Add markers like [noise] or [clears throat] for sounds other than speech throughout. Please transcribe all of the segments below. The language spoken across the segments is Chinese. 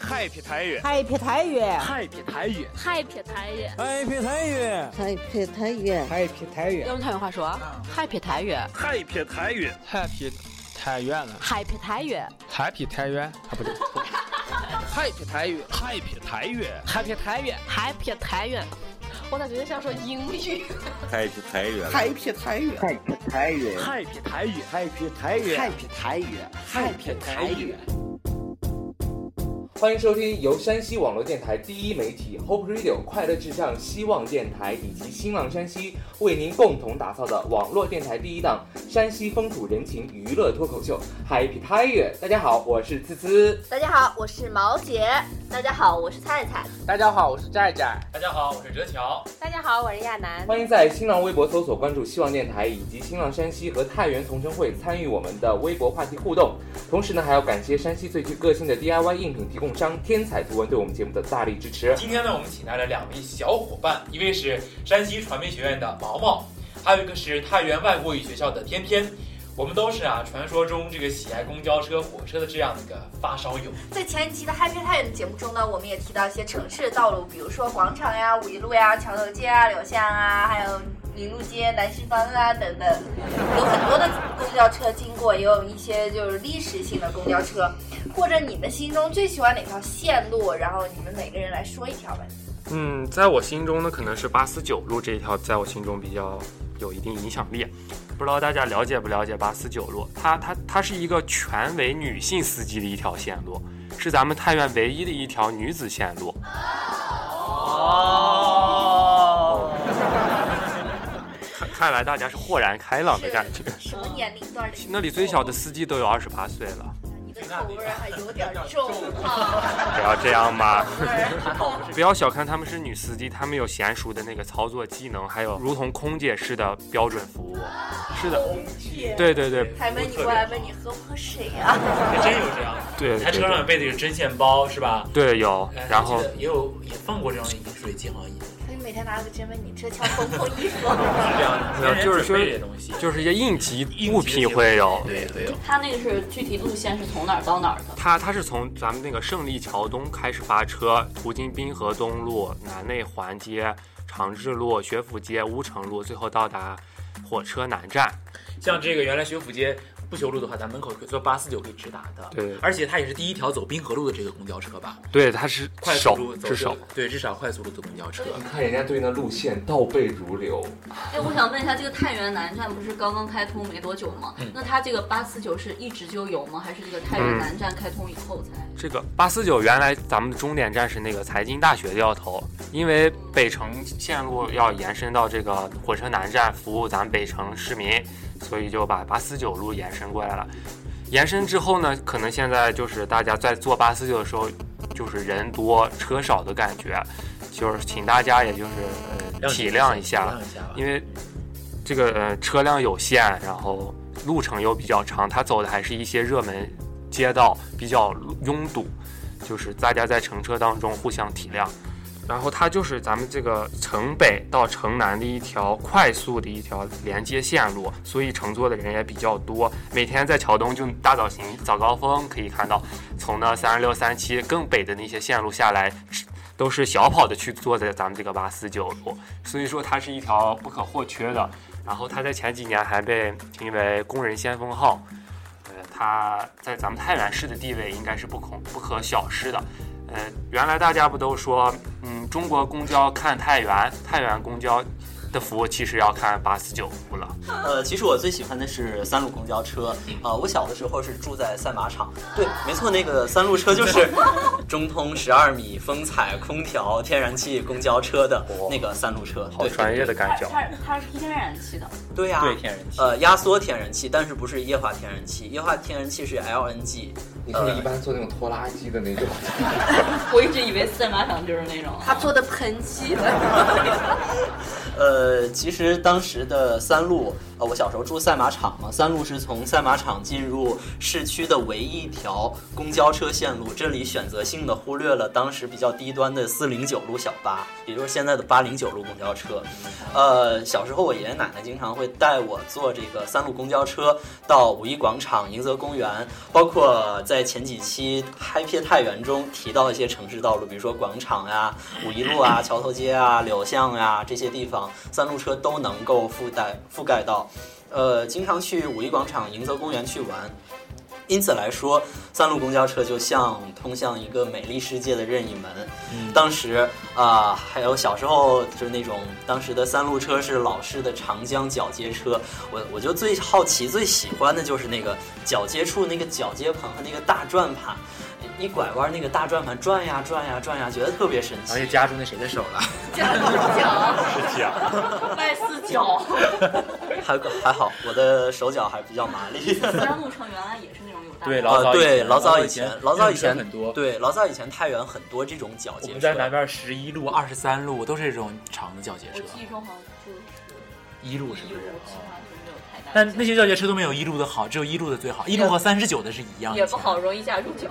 Happy 台语，Happy 台语，Happy 台语，Happy 台语，Happy 台语，Happy 台语，Happy 台语。用台语话说，Happy 台语，Happy 台语，Happy 台语了，Happy 台语，Happy 台语，啊不对，Happy 台语，Happy 台语，Happy 台语，Happy 台语。我咋觉得像说英语？Happy 台语，Happy 台语，Happy 台语，Happy 台语，Happy 台语，Happy 台语，Happy 台语。欢迎收听由山西网络电台第一媒体 Hope Radio 快乐至上希望电台以及新浪山西为您共同打造的网络电台第一档山西风土人情娱乐脱口秀 Happy 太原。大家好，我是滋滋。大家好，我是毛姐。大家好，我是菜菜。大家好，我是寨寨。大家好，我是哲乔。大家好，我是亚楠。欢迎在新浪微博搜索关注希望电台以及新浪山西和太原同城会参与我们的微博话题互动。同时呢，还要感谢山西最具个性的 DIY 应品提供。商天彩图文对我们节目的大力支持。今天呢，我们请来了两位小伙伴，一位是山西传媒学院的毛毛，还有一个是太原外国语学校的天天。我们都是啊，传说中这个喜爱公交车、火车的这样的一个发烧友。在前一期的 Happy Time 的节目中呢，我们也提到一些城市的道路，比如说广场呀、五一路呀、桥头街啊、柳巷啊，还有林路街、南十方啊等等，有很多的公交车经过，也有一些就是历史性的公交车。或者你们心中最喜欢哪条线路？然后你们每个人来说一条呗。嗯，在我心中呢，可能是八四九路这一条，在我心中比较有一定影响力。不知道大家了解不了解八四九路？它它它是一个全为女性司机的一条线路，是咱们太原唯一的一条女子线路。哦，看看来大家是豁然开朗的感觉。什么年龄段的？那里最小的司机都有二十八岁了。口味还有点重 [laughs] 啊！不要这样嘛！不要小看他们是女司机，他们有娴熟的那个操作技能，还有如同空姐式的标准服务。是的，对对对。还问你过来问你喝不喝水啊 [laughs] 呀？还真有这样。对，他车上备的有针线包是吧？哎对，有。然后也有也放过这样的饮水机，好像也。每天拿个针问你这条丰富衣服，是这样的，就是说这些东西，就是一些应急物品会有。对对。它那个是具体路线是从哪儿到哪儿的？它它是从咱们那个胜利桥东开始发车，途经滨河东路、南内环街、长治路、学府街、乌城路，最后到达火车南站。像这个原来学府街。不修路的话，咱门口坐八四九可以直达的。对，而且它也是第一条走滨河路的这个公交车吧？对，它是快速路至少对至少快速路的公交车。你看人家对那路线倒背如流。哎，我想问一下，这个太原南站不是刚刚开通没多久吗？嗯、那它这个八四九是一直就有吗？还是这个太原南站开通以后才？嗯、这个八四九原来咱们的终点站是那个财经大学掉头，因为北城线路要延伸到这个火车南站，服务咱们北城市民。所以就把八四九路延伸过来了，延伸之后呢，可能现在就是大家在坐八四九的时候，就是人多车少的感觉，就是请大家也就是呃体谅一下，因为这个呃车辆有限，然后路程又比较长，它走的还是一些热门街道，比较拥堵，就是大家在乘车当中互相体谅。然后它就是咱们这个城北到城南的一条快速的一条连接线路，所以乘坐的人也比较多。每天在桥东就大早行早高峰可以看到，从那三十六、三七更北的那些线路下来，都是小跑的去坐在咱们这个八四九路，所以说它是一条不可或缺的。然后它在前几年还被评为“工人先锋号”，呃，它在咱们太原市的地位应该是不可不可小视的。呃，原来大家不都说，嗯，中国公交看太原，太原公交的服务其实要看八四九服了。呃，其实我最喜欢的是三路公交车。嗯呃，我小的时候是住在赛马场，对，没错，那个三路车 [laughs] 就是中通十二米风采、空调、天然气公交车的那个三路车，好专业的感觉。它它是天然气的。对呀、啊，对天然气。呃，压缩天然气，但是不是液化天然气？液化天然气是 LNG。你是不是一般坐那种拖拉机的那种？我一直以为赛马场就是那种。他坐的喷气的。呃，其实当时的三路呃，我小时候住赛马场嘛，三路是从赛马场进入市区的唯一一条公交车线路，这里选择性的忽略了当时比较低端的四零九路小巴，也就是现在的八零九路公交车。呃，小时候我爷爷奶奶经常会带我坐这个三路公交车到五一广场、迎泽公园，包括在前几期《嗨撇太原》中提到一些城市道路，比如说广场呀、五一路啊、桥头街啊、柳巷呀这些地方，三路车都能够覆盖覆盖到。呃，经常去五一广场、迎泽公园去玩，因此来说，三路公交车就像通向一个美丽世界的任意门。当时啊、还有小时候就是那种当时的三路车是老式的长江铰接车，我我就最好奇、最喜欢的就是那个铰接处那个铰接棚和那个大转盘。一拐弯，那个大转盘转呀转呀转呀，觉得特别神奇。而且夹住那谁的手了？夹住脚，是脚，外四脚。还还好，我的手脚还比较麻利。三路城原来也是那种有大对，呃老早以前呃对老以前早老早以认前识很多对老早以前太原很多这种铰接我车。们在南边十一路、二十三路都是这种长的铰接车，记忆中好像就是一路是不是？哦其他就没有太大。但那些铰接车都没有一路的好，只有一路的最好。一路和三十九的是一样的。也不好，容易夹住脚。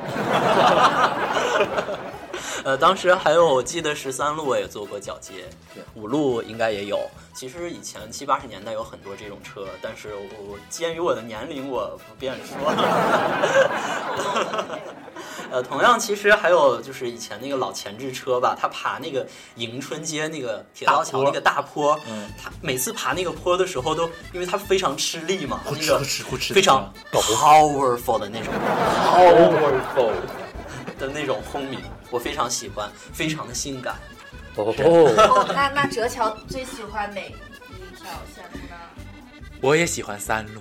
[laughs] 呃，当时还有，我记得十三路我也坐过铰接，五路应该也有。其实以前七八十年代有很多这种车，但是我鉴于我的年龄，我不便说。 [laughs] 呃，同样，其实还有就是以前那个老前置车吧，他爬那个迎春街那个铁道桥那个大坡，嗯他每次爬那个坡的时候都，因为他非常吃力嘛，那个非常 powerful 的那种 powerful [laughs] 的那种轰鸣，我非常喜欢，非常的性感。哦，那那哲桥最喜欢哪一条线路呢？我也喜欢三路，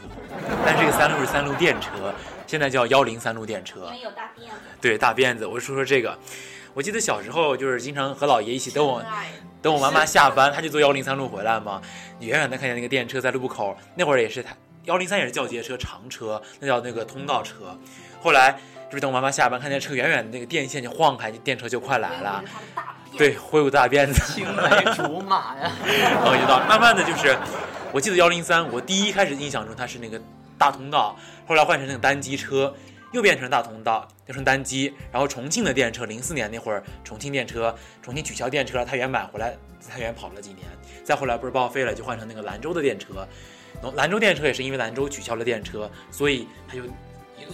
但这个三路是三路电车，现在叫幺零三路电车。有大辫子。对，大辫子。我说说这个，我记得小时候就是经常和姥爷一起等我爱，等我妈妈下班，她就坐幺零三路回来嘛。你远远的看见那个电车在路口，那会儿也是她幺零三也是叫街车，长车，那叫那个通道车。后来就是等我妈妈下班，看见车远远的那个电线就晃开，电车就快来了。对，挥舞大辫子，青梅竹马呀，然后就到，慢慢的就是，我记得幺零三，我第一开始印象中它是那个大通道，后来换成那个单机车，又变成大通道，又成单机，然后重庆的电车，零四年那会儿，重庆电车，重庆取消电车，太原买回来，太原跑了几年，再后来不是报废了，就换成那个兰州的电车，然后兰州电车也是因为兰州取消了电车，所以它就又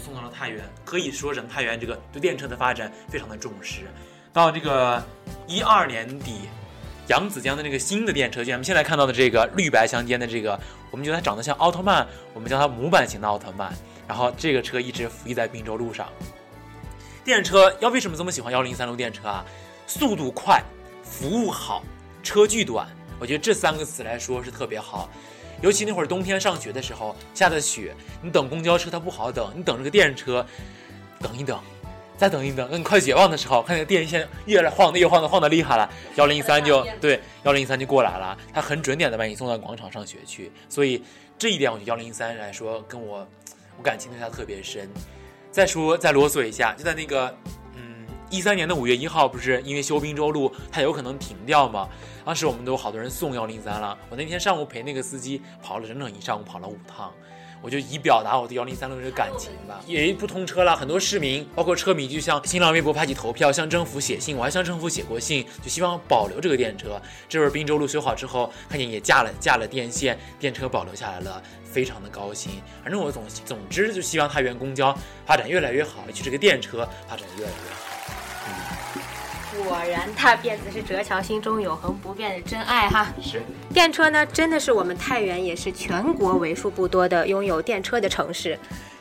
送到了太原，可以说整个太原这个对电车的发展非常的重视。到这个一二年底，扬子江的那个新的电车，就咱们现在看到的这个绿白相间的这个，我们觉得它长得像奥特曼，我们叫它模板型的奥特曼。然后这个车一直服役在滨州路上。电车要为什么这么喜欢幺零三路电车啊？速度快，服务好，车距短，我觉得这三个词来说是特别好。尤其那会儿冬天上学的时候，下的雪，你等公交车它不好等，你等这个电车，等一等，再等一等，等你快绝望的时候，看那个电线越来晃的越晃的晃的厉害了，幺零一三就对幺零一三就过来了，它很准点的把你送到广场上学去，所以这一点我觉得幺零一三来说跟我我感情对它特别深。再说再啰嗦一下，就在那个嗯一三年的五月一号，不是因为修滨州路它有可能停掉吗？当时我们都有好多人送幺零三了，我那天上午陪那个司机跑了整整一上午，跑了五趟。我就以表达我对幺零三路这个感情吧。也不通车了，很多市民包括车迷就向新浪微博发起投票，向政府写信，我还向政府写过信，就希望保留这个电车。这会儿滨州路修好之后，看见也架了架了电线，电车保留下来了，非常的高兴。反正我总总之就希望太原公交发展越来越好，也许这个电车发展越来越好。果然，大辫子是哲桥心中永恒不变的真爱哈。是。电车呢，真的是我们太原也是全国为数不多的拥有电车的城市。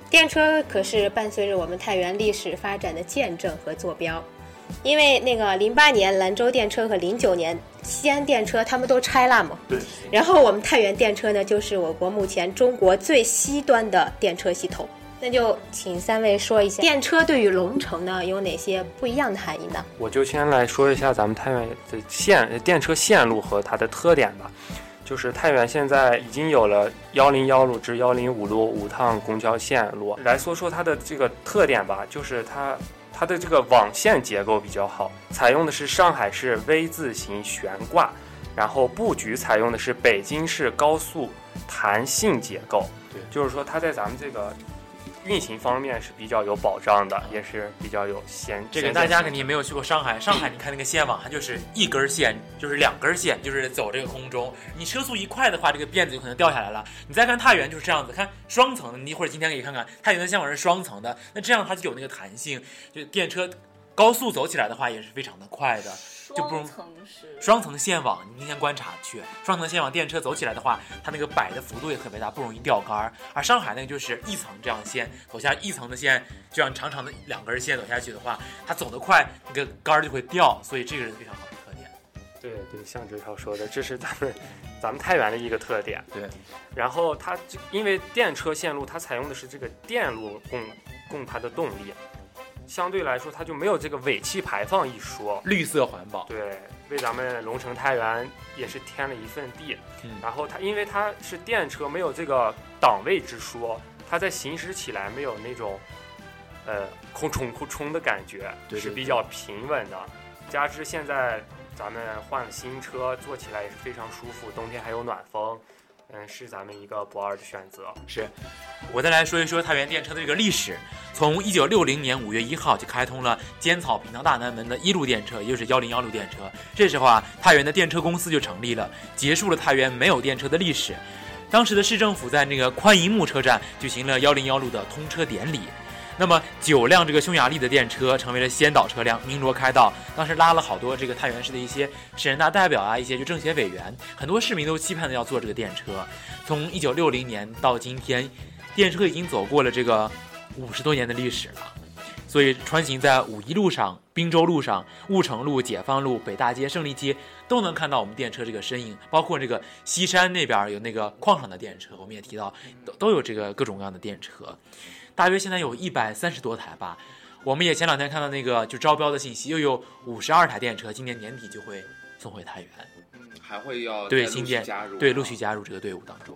电车可是伴随着我们太原历史发展的见证和坐标。因为那个零八年兰州电车和零九年西安电车他们都拆了嘛，对，然后我们太原电车呢，就是我国目前中国最西端的电车系统。那就请三位说一下，电车对于龙城呢有哪些不一样的含义呢？我就先来说一下咱们太原的线呃电车线路和它的特点吧。就是太原现在已经有了幺零幺路至幺零五路五趟公交线路。来说说它的这个特点吧，就是它它的这个网线结构比较好，采用的是上海市 V 字形悬挂，然后布局采用的是北京市高速弹性结构，对，就是说它在咱们这个运行方面是比较有保障的，也是比较有先这个先大家进肯定没有去过上海，上海你看那个线网，它就是一根线，就是两根线，就是走这个空中。你车速一快的话，这个辫子就可能掉下来了。你再看太原就是这样子，看双层的，你一会儿今天可以看看太原的线网是双层的，那这样它就有那个弹性，就电车高速走起来的话也是非常的快的，就不容双层是双层线网，你明天观察去。双层线网电车走起来的话，它那个摆的幅度也特别大，不容易掉杆儿。而上海那个就是一层这样的线走下一层的线，这样长长的两根线走下去的话，它走得快，那个杆儿就会掉，所以这个是非常好的特点。对对，像这条说的，这是咱们咱们太原的一个特点。对，然后它这因为电车线路它采用的是这个电路供供它的动力，相对来说它就没有这个尾气排放一说。绿色环保，对，为咱们龙城太原也是添了一份地。然后它因为它是电车，没有这个档位之说，它在行驶起来没有那种呃空冲空冲的感觉，对对是比对较平稳的。加之现在咱们换了新车，坐起来也是非常舒服，冬天还有暖风，嗯，是咱们一个不二的选择。是，我再来说一说太原电车的这个历史。从一九六零年五月一号就开通了尖草平塘大南门的一路电车，也就是幺零幺路电车。这时候啊，太原的电车公司就成立了，结束了太原没有电车的历史。当时的市政府在那个宽银幕车站举行了幺零幺路的通车典礼。那么九辆这个匈牙利的电车成为了先导车辆，鸣锣开道。当时拉了好多这个太原市的一些市人大代表啊，一些就政协委员，很多市民都期盼着要坐这个电车。从一九六零年到今天，电车已经走过了这个五十多年的历史了。所以穿行在五一路上、滨州路上、婺城路、解放路、北大街、胜利街，都能看到我们电车这个身影。包括这个西山那边有那个矿上的电车，我们也提到，都都有这个各种各样的电车。大约现在有一百三十多台吧。我们也前两天看到那个就招标的信息，又有五十二台电车，今年年底就会送回太原。还会要对，再陆续新建加入，对陆续加入这个队伍当中。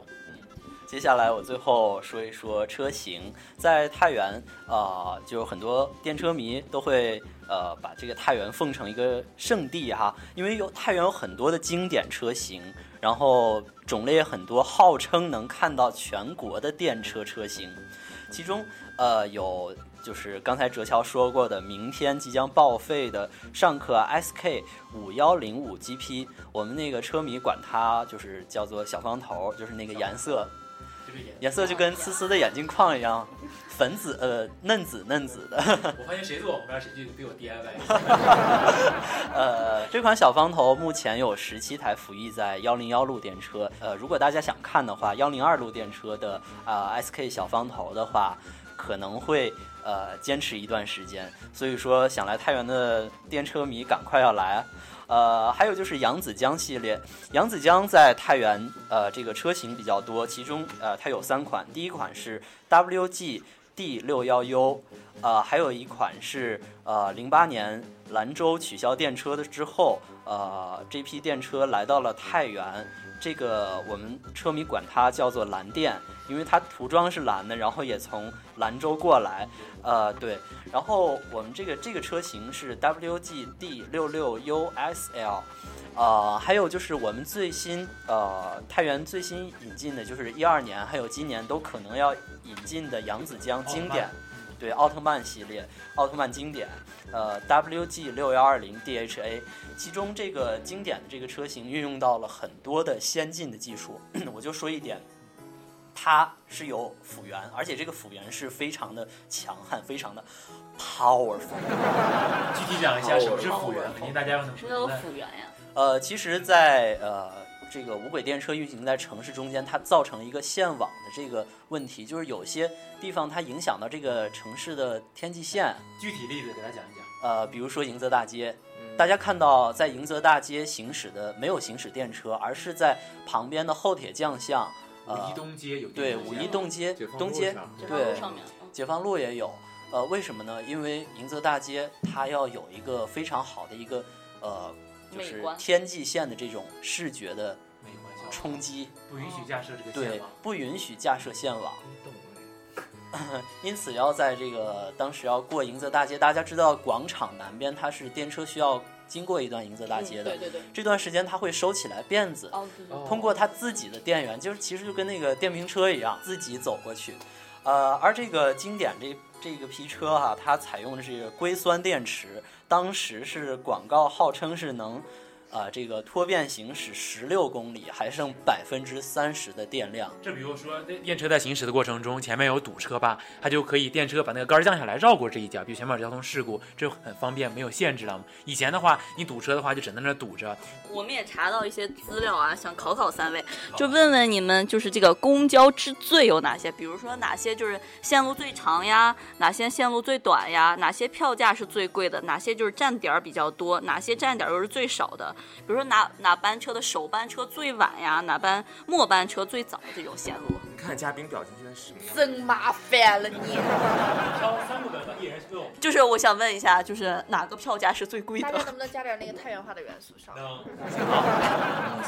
接下来我最后说一说车型，在太原，呃，就很多电车迷都会呃把这个太原奉成一个圣地哈，因为有太原有很多的经典车型，然后种类也很多，号称能看到全国的电车车型，其中呃有。就是刚才哲乔说过的，明天即将报废的尚克 SK 五幺零五 GP，我们那个车迷管它就是叫做小方头，就是那个颜色颜色就跟思思的眼镜框一样，粉紫呃嫩紫嫩紫的。 [laughs] 我发现谁坐我旁边谁就被我 DIY。呃，这款小方头目前有十七台服役在幺零幺路电车。呃，如果大家想看的话，幺零二路电车的啊、呃 SK 小方头的话，可能会呃坚持一段时间。所以说，想来太原的电车迷赶快要来啊。呃，还有就是扬子江系列，扬子江在太原呃这个车型比较多，其中呃它有三款，第一款是 WG D 六幺 U，呃还有一款是呃零八年兰州取消电车的之后，呃这批电车来到了太原，这个我们车迷管它叫做蓝电，因为它涂装是蓝的，然后也从兰州过来，呃对，然后我们这个这个车型是 WGD 六六 USL，呃，还有就是我们最新呃太原最新引进的就是一二年还有今年都可能要引进的扬子江经典，对奥特曼系列奥特曼经典，呃 WG 六幺二零 DHA，其中这个经典的这个车型运用到了很多的先进的技术， [clears throat] 我就说一点。它是有辅源，而且这个辅源是非常的强悍，非常的 powerful。具体讲一哦下什么是辅源，肯定大家能什么叫做辅源呀？呃，其实在，呃这个无轨电车运行在城市中间，它造成一个线网的这个问题，就是有些地方它影响到这个城市的天际线。具体例子给大家讲一讲。呃，比如说迎泽大街，嗯大家看到在迎泽大街行驶的没有行驶电车，而是在旁边的后铁匠巷、呃五一东街有对电车五一东街解放东路街上解放路对上面嗯解放路也有。呃，为什么呢？因为迎泽大街它要有一个非常好的一个呃，就美是观天际线的这种视觉的冲击，不允许架设这个哦线对网。，不允许架设线网。因此要在这个当时要过迎泽大街，大家知道广场南边它是电车需要经过一段迎泽大街的，嗯对对对这段时间他会收起来辫子，哦，对对对，通过他自己的电源，就是其实就跟那个电瓶车一样，自己走过去。呃，而这个经典这这个皮车哈、它采用的是硅酸电池，当时是广告号称是能，呃，这个脱变行驶十六公里，还剩百分之三十的电量。这比如说电电车在行驶的过程中，前面有堵车吧，它就可以电车把那个杆儿降下来，绕过这一点，比如前面有交通事故，这很方便，没有限制了嘛。以前的话，你堵车的话就只能在那堵着，我们也查到一些资料啊，想考考三位，就问问你们，就是这个公交之最有哪些？比如说哪些就是线路最长呀，哪些线路最短呀，哪些票价是最贵的，哪些就是站点儿比较多，哪些站点儿又是最少的？比如说哪哪班车的首班车最晚呀，哪班末班车最早这种线路。你看嘉宾表情现在是什么样？真麻烦了你。挑三个版本，一人问我。就是我想问一下，就是哪个票价是最贵大家能的？不能加点那个太原话的元素 [laughs] 上？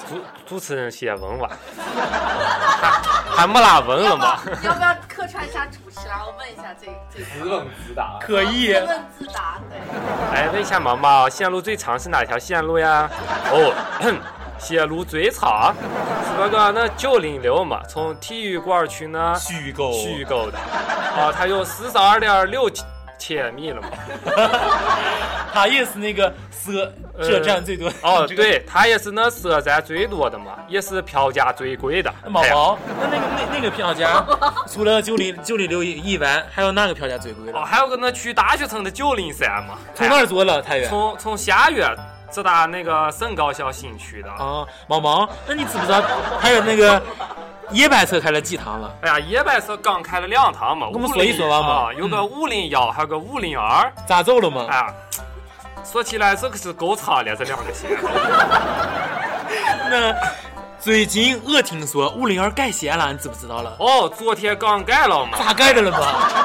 主主持人写文玩， [laughs] 还还没拉文了吗？啊你要不要客串一下主持啊？我问一下这这自问自答，可以自问自答，对。哎，问一下毛毛，线路最长是哪条线路呀？哦，咳线路最长是那个那九零六嘛，从体育馆去那虚哦构虚构的，啊，它有四十二点六千米了嘛。 [laughs] 他也是那个赊， [laughs] 这站最多。哦，对，它也是那赊站最多的嘛，也是票价最贵的。哎毛毛，那那个那那个票价，除了九零九零六一完，还有哪个票价最贵哦，了？还有个那去大学城的九零三嘛，哎从哪儿坐了？太原。从从下月直达那个省高校新区的。啊，毛毛，那你知不知道还有那个野百车开了几趟了？哎呀，野百是刚开了两趟嘛，跟我们说一说吧嗯嘛啊有个五零幺，还有个五零二。咋走了嘛？哎呀，说起来这可是够差了，这两个 [laughs] 线。那最近我听说五零二改线了，你知不知道了？哦，昨天刚改了嘛。咋改的了嘛？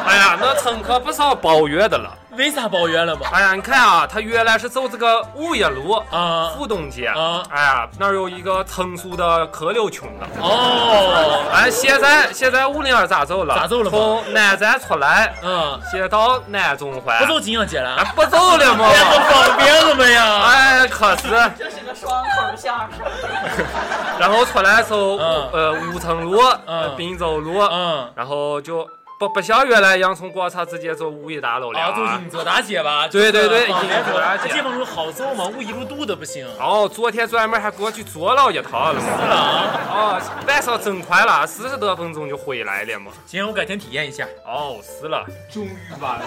哎呀，那乘客不少抱怨的了。为啥抱怨了嘛？哎呀，你看啊，他原来是走这个五一路啊，啊浦东街啊，哎呀，那儿有一个成熟的柯柳群的。哦哎，现在现在五零二咋走了？咋走了嘛从南站出来，嗯，先到南中环。不走金阳街了？哎不走了 [laughs] 嘛？这不方便了吗呀哎，可是，这是个双口相声。然后出来的时候，呃，吴城路、呃滨州路，嗯，然后就不不像原来一样从广场直接走五一大楼了。啊，走颍泽大街吧？对对对，颍颍泽泽大大街街。这帮路好走吗？我一路堵的不行。哦，昨天专门还过去坐了一趟了嘛。是哦，晚上真快了，四十多分钟就回来了嘛。行，我改天体验一下。哦，是了。终于完了。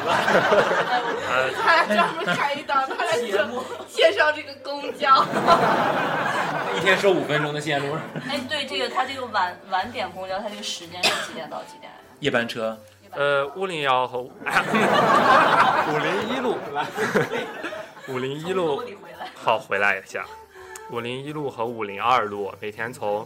他俩专门开一档，他俩节目介绍这个公交。一天收五分钟的线路，哎，对，这个他这个晚晚点公交，他这个时间是几点到几点？夜班车。呃，五零幺和 [laughs] 五零一路， [laughs] 五零一路好回来一下，五零一路和五零二路每天从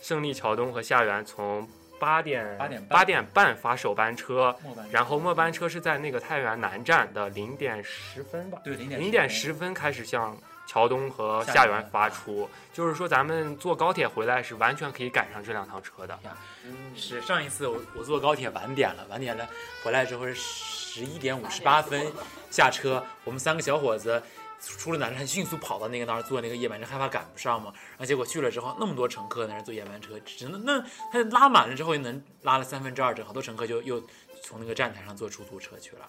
胜利桥东和下园从八点八点半八点半发首班车末班，车然后末班车是在那个太原南站的零点十分吧，对，零点零点十分开始向桥东和下下园园发出，就是说咱们坐高铁回来是完全可以赶上这两趟车的。是上一次我我坐高铁晚点了，晚点了，回来之后是十一点五十八分下车，我们三个小伙子出了南站，迅速跑到那个那儿坐那个夜班车，害怕赶不上嘛。然后结果去了之后，那么多乘客在那儿坐夜班车，只能那他拉满了之后，能拉了三分之二，正好多乘客就又从那个站台上坐出租车去了。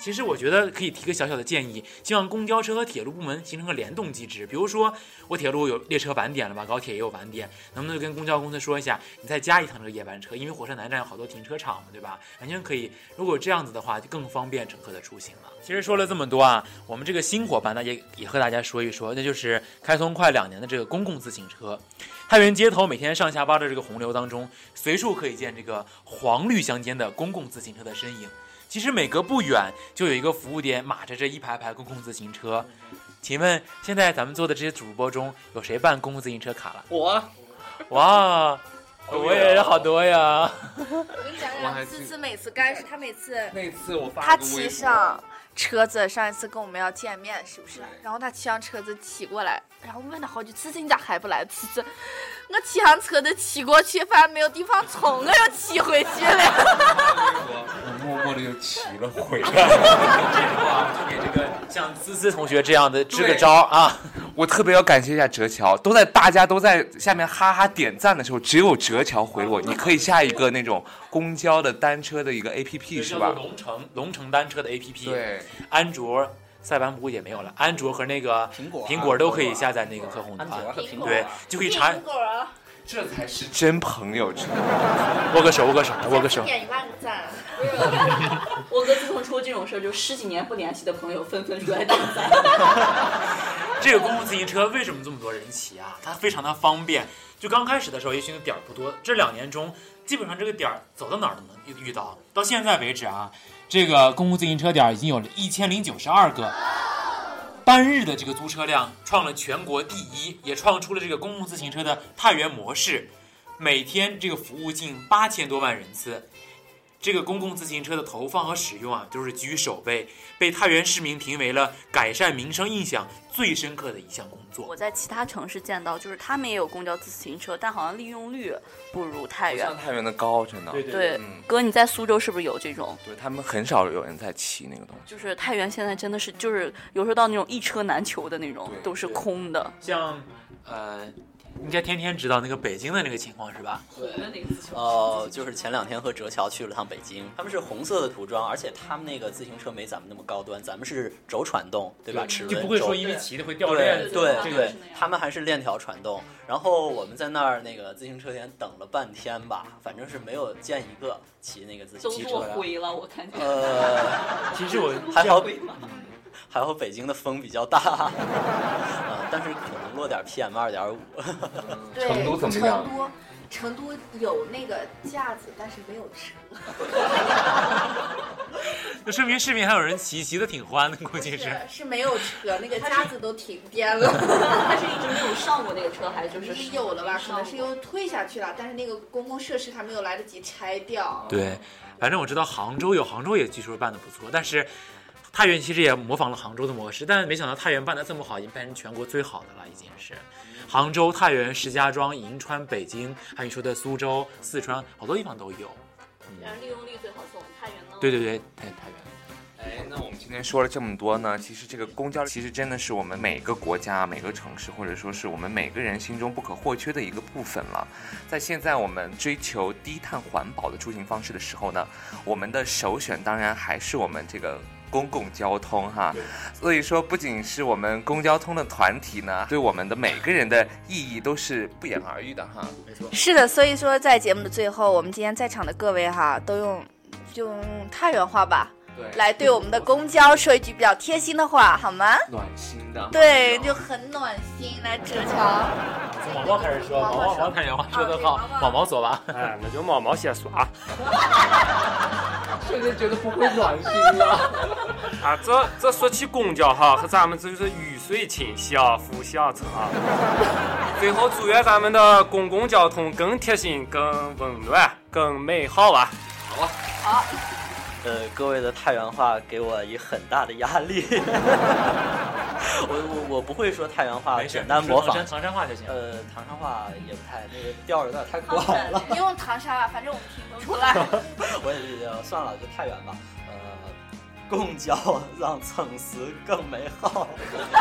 其实我觉得可以提个小小的建议，希望公交车和铁路部门形成个联动机制。比如说，我铁路有列车晚点了吧，高铁也有晚点，能不能跟公交公司说一下，你再加一趟这个夜班车？因为火车南站有好多停车场嘛，对吧？完全可以。如果这样子的话，就更方便乘客的出行了。其实说了这么多啊，我们这个新伙伴呢，也也和大家说一说，那就是开通快两年的这个公共自行车。太原街头每天上下班的这个洪流当中，随处可以见这个黄绿相间的公共自行车的身影。其实每隔不远就有一个服务点码着这一排排公共自行车。请问现在咱们做的这些主播中，有谁办公共自行车卡了？我哇，我也人好多呀！我跟你讲我还讲，记思思每次该是他每次那次我发他骑上车子，上一次跟我们要见面是不是？然后他骑上车子骑过来，然后问了好久，思思你咋还不来？思思，我骑上车子骑过去，发现没有地方冲，我又骑回去 [laughs] 了。我默默的就骑了回这个啊，就给这个像思思同学这样的支个招儿啊。 [laughs] 我特别要感谢一下哲乔，都在大家都在下面哈哈点赞的时候，只有哲乔回我。你可以下一个那种公交的单车的一个 A P P 对是叫吧做？龙城龙城单车的 APP，对，安卓。塞班不也没有了，安卓和那个苹果啊苹果都可以下载那个客户端，安卓和苹果啊对，就可以查。这才是真朋友，真的握个手，握个手，握个手。点一万个赞，啊我哥自从出这种事儿，就十几年不联系的朋友纷纷出来点赞。这个公共自行车为什么这么多人骑啊？它非常的方便。就刚开始的时候，也许那个点儿不多，这两年中，基本上这个点儿走到哪儿都能遇遇到。到现在为止啊，这个公共自行车点儿已经有了一千零九十二个，单日的这个租车量创了全国第一，也创出了这个公共自行车的太原模式，每天这个服务近八千多万人次。这个公共自行车的投放和使用啊，都是居首位，被太原市民评为了改善民生印象最深刻的一项工作。 [laughs] 我在其他城市见到，就是他们也有公交自行车，但好像利用率不如太原像。太原的高，真的。对嗯，，哥，你在苏州是不是有这种？对他们很少有人在骑那个东西。就是太原现在真的是，就是有时候到那种一车难求的那种，都是空的。像呃，应该天天知道那个北京的那个情况是吧？对，呃，就是前两天和哲乔去了趟北京，他们是红色的涂装，而且他们那个自行车没咱们那么高端，咱们是轴传动，对吧？对齿轮就不会说轴因为骑的会掉链子对这对个对是那，他们还是链条传动。然后我们在那儿那个自行车店等了半天吧，反正是没有见一个骑那个自都行车落的。灰了，我看见。呃，其实我还好见过，还好北京的风比较大， [laughs] 呃，但是可能落点 PM 二点五。 [laughs] 对，成都成都有那个架子，但是没有车。那说明市民还有人骑，骑的挺欢的，估计是。是没有车，那个架子都停电了。 [laughs] 他是一直没有上过那个车，还就是有了吧？可能是又退下去了，但是那个公共设施还没有来得及拆掉。对，反正我知道杭州有，杭州也据说办的不错，但是太原其实也模仿了杭州的模式，但没想到太原办的这么好，已经变成全国最好的了，已经是。杭州、太原、石家庄、银川、北京，还有你说的苏州、四川，好多地方都有。然后利用率最好是我们太原呢。对对对，太太原。哎，那我们今天说了这么多呢，其实这个公交其实真的是我们每个国家、每个城市，或者说是我们每个人心中不可或缺的一个部分了。在现在我们追求低碳环保的出行方式的时候呢，我们的首选当然还是我们这个。公共交通哈，所以说不仅是我们公交通的团体呢，对我们的每个人的意义都是不言而喻的哈。没错，是的，所以说在节目的最后，我们今天在场的各位哈，都用就用太原话吧，来对我们的公交说一句比较贴心的话，好吗？暖心的。对，就很暖心。来，哲乔，从毛毛开始说，毛毛毛太原话说得好，毛毛说吧。哎，那就毛毛先说啊。瞬间觉得不会暖心了。啊，这这说起公交哈，和咱们这就是雨水清啊，拂晓城啊。最后祝愿咱们的公共交通更贴心、更温暖、更美好啊！好啊，好。呃，各位的太原话给我以很大的压力。 [laughs] 我我我不会说太 [laughs] 原话，简单模仿说唐山唐山话就行。呃，唐山话也不太那个调儿有点太广了，你用长沙吧，反正我们听不出 [laughs] 来。 [laughs] 我也是呃算了，就太原吧。呃，公交让城市更美好， [laughs]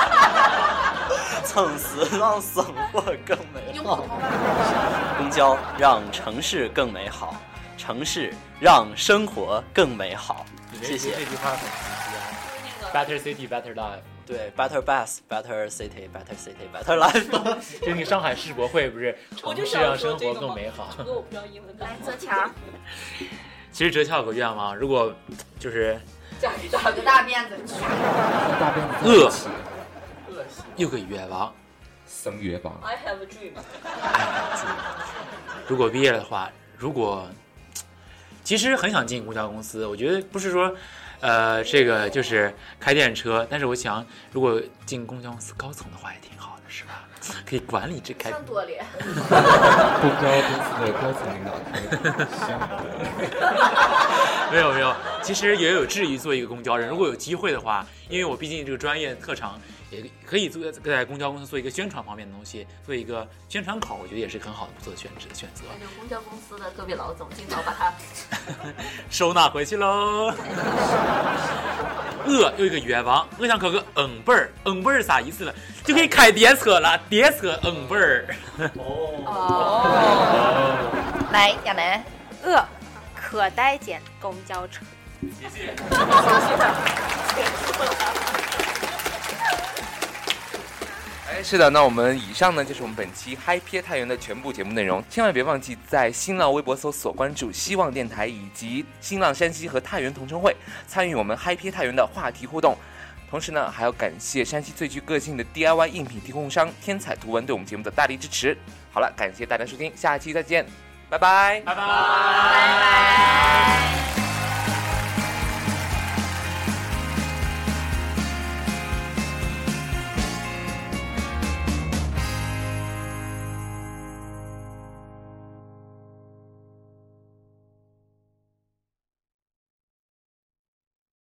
城市让生活更美好。哦公交让城市更美好，城市让生活更美好。谢谢。这句话很清晰啊。Better city, better life。对，Better Bus, Better City, Better City, Better Life。就那个上海世博会不是，我城就市想让说生这活个更嘛美好。我不知道英文。来，泽强，其实哲乔有个愿望，如果就是打个大辫子，饿，恶心。有个愿望，僧月榜。 I have a dream。如果毕业的话，如果其实很想进公交公司，我觉得不是说，呃，这个就是开电车，但是我想，如果进公交公司高层的话也挺好的，是吧？ [laughs] 可以管理这开更多脸。公交公司的高层领导。没有没有，其实也有志于做一个公交人。如果有机会的话，因为我毕竟这个专业特长，也可以做在公交公司做一个宣传方面的东西，做一个宣传口，我觉得也是很好的不错的选择选择。那就公交公司的各位老总经常把它收纳回去喽。呃有一个愿望，我想考个嗯本儿，嗯本儿啥意思呢？就可以开电车了，电车嗯本儿。来，亚楠，饿，可待见公交车。谢谢。哎，是的，那我们以上呢就是我们本期嗨撇太原的全部节目内容，千万别忘记在新浪微博搜索关注希望电台以及新浪山西和太原同城会，参与我们嗨撇太原的话题互动。同时呢，还要感谢山西最具个性的 DIY 印品提供商天彩图文对我们节目的大力支持。好了，感谢大家收听，下期再见，拜拜，拜拜，拜拜。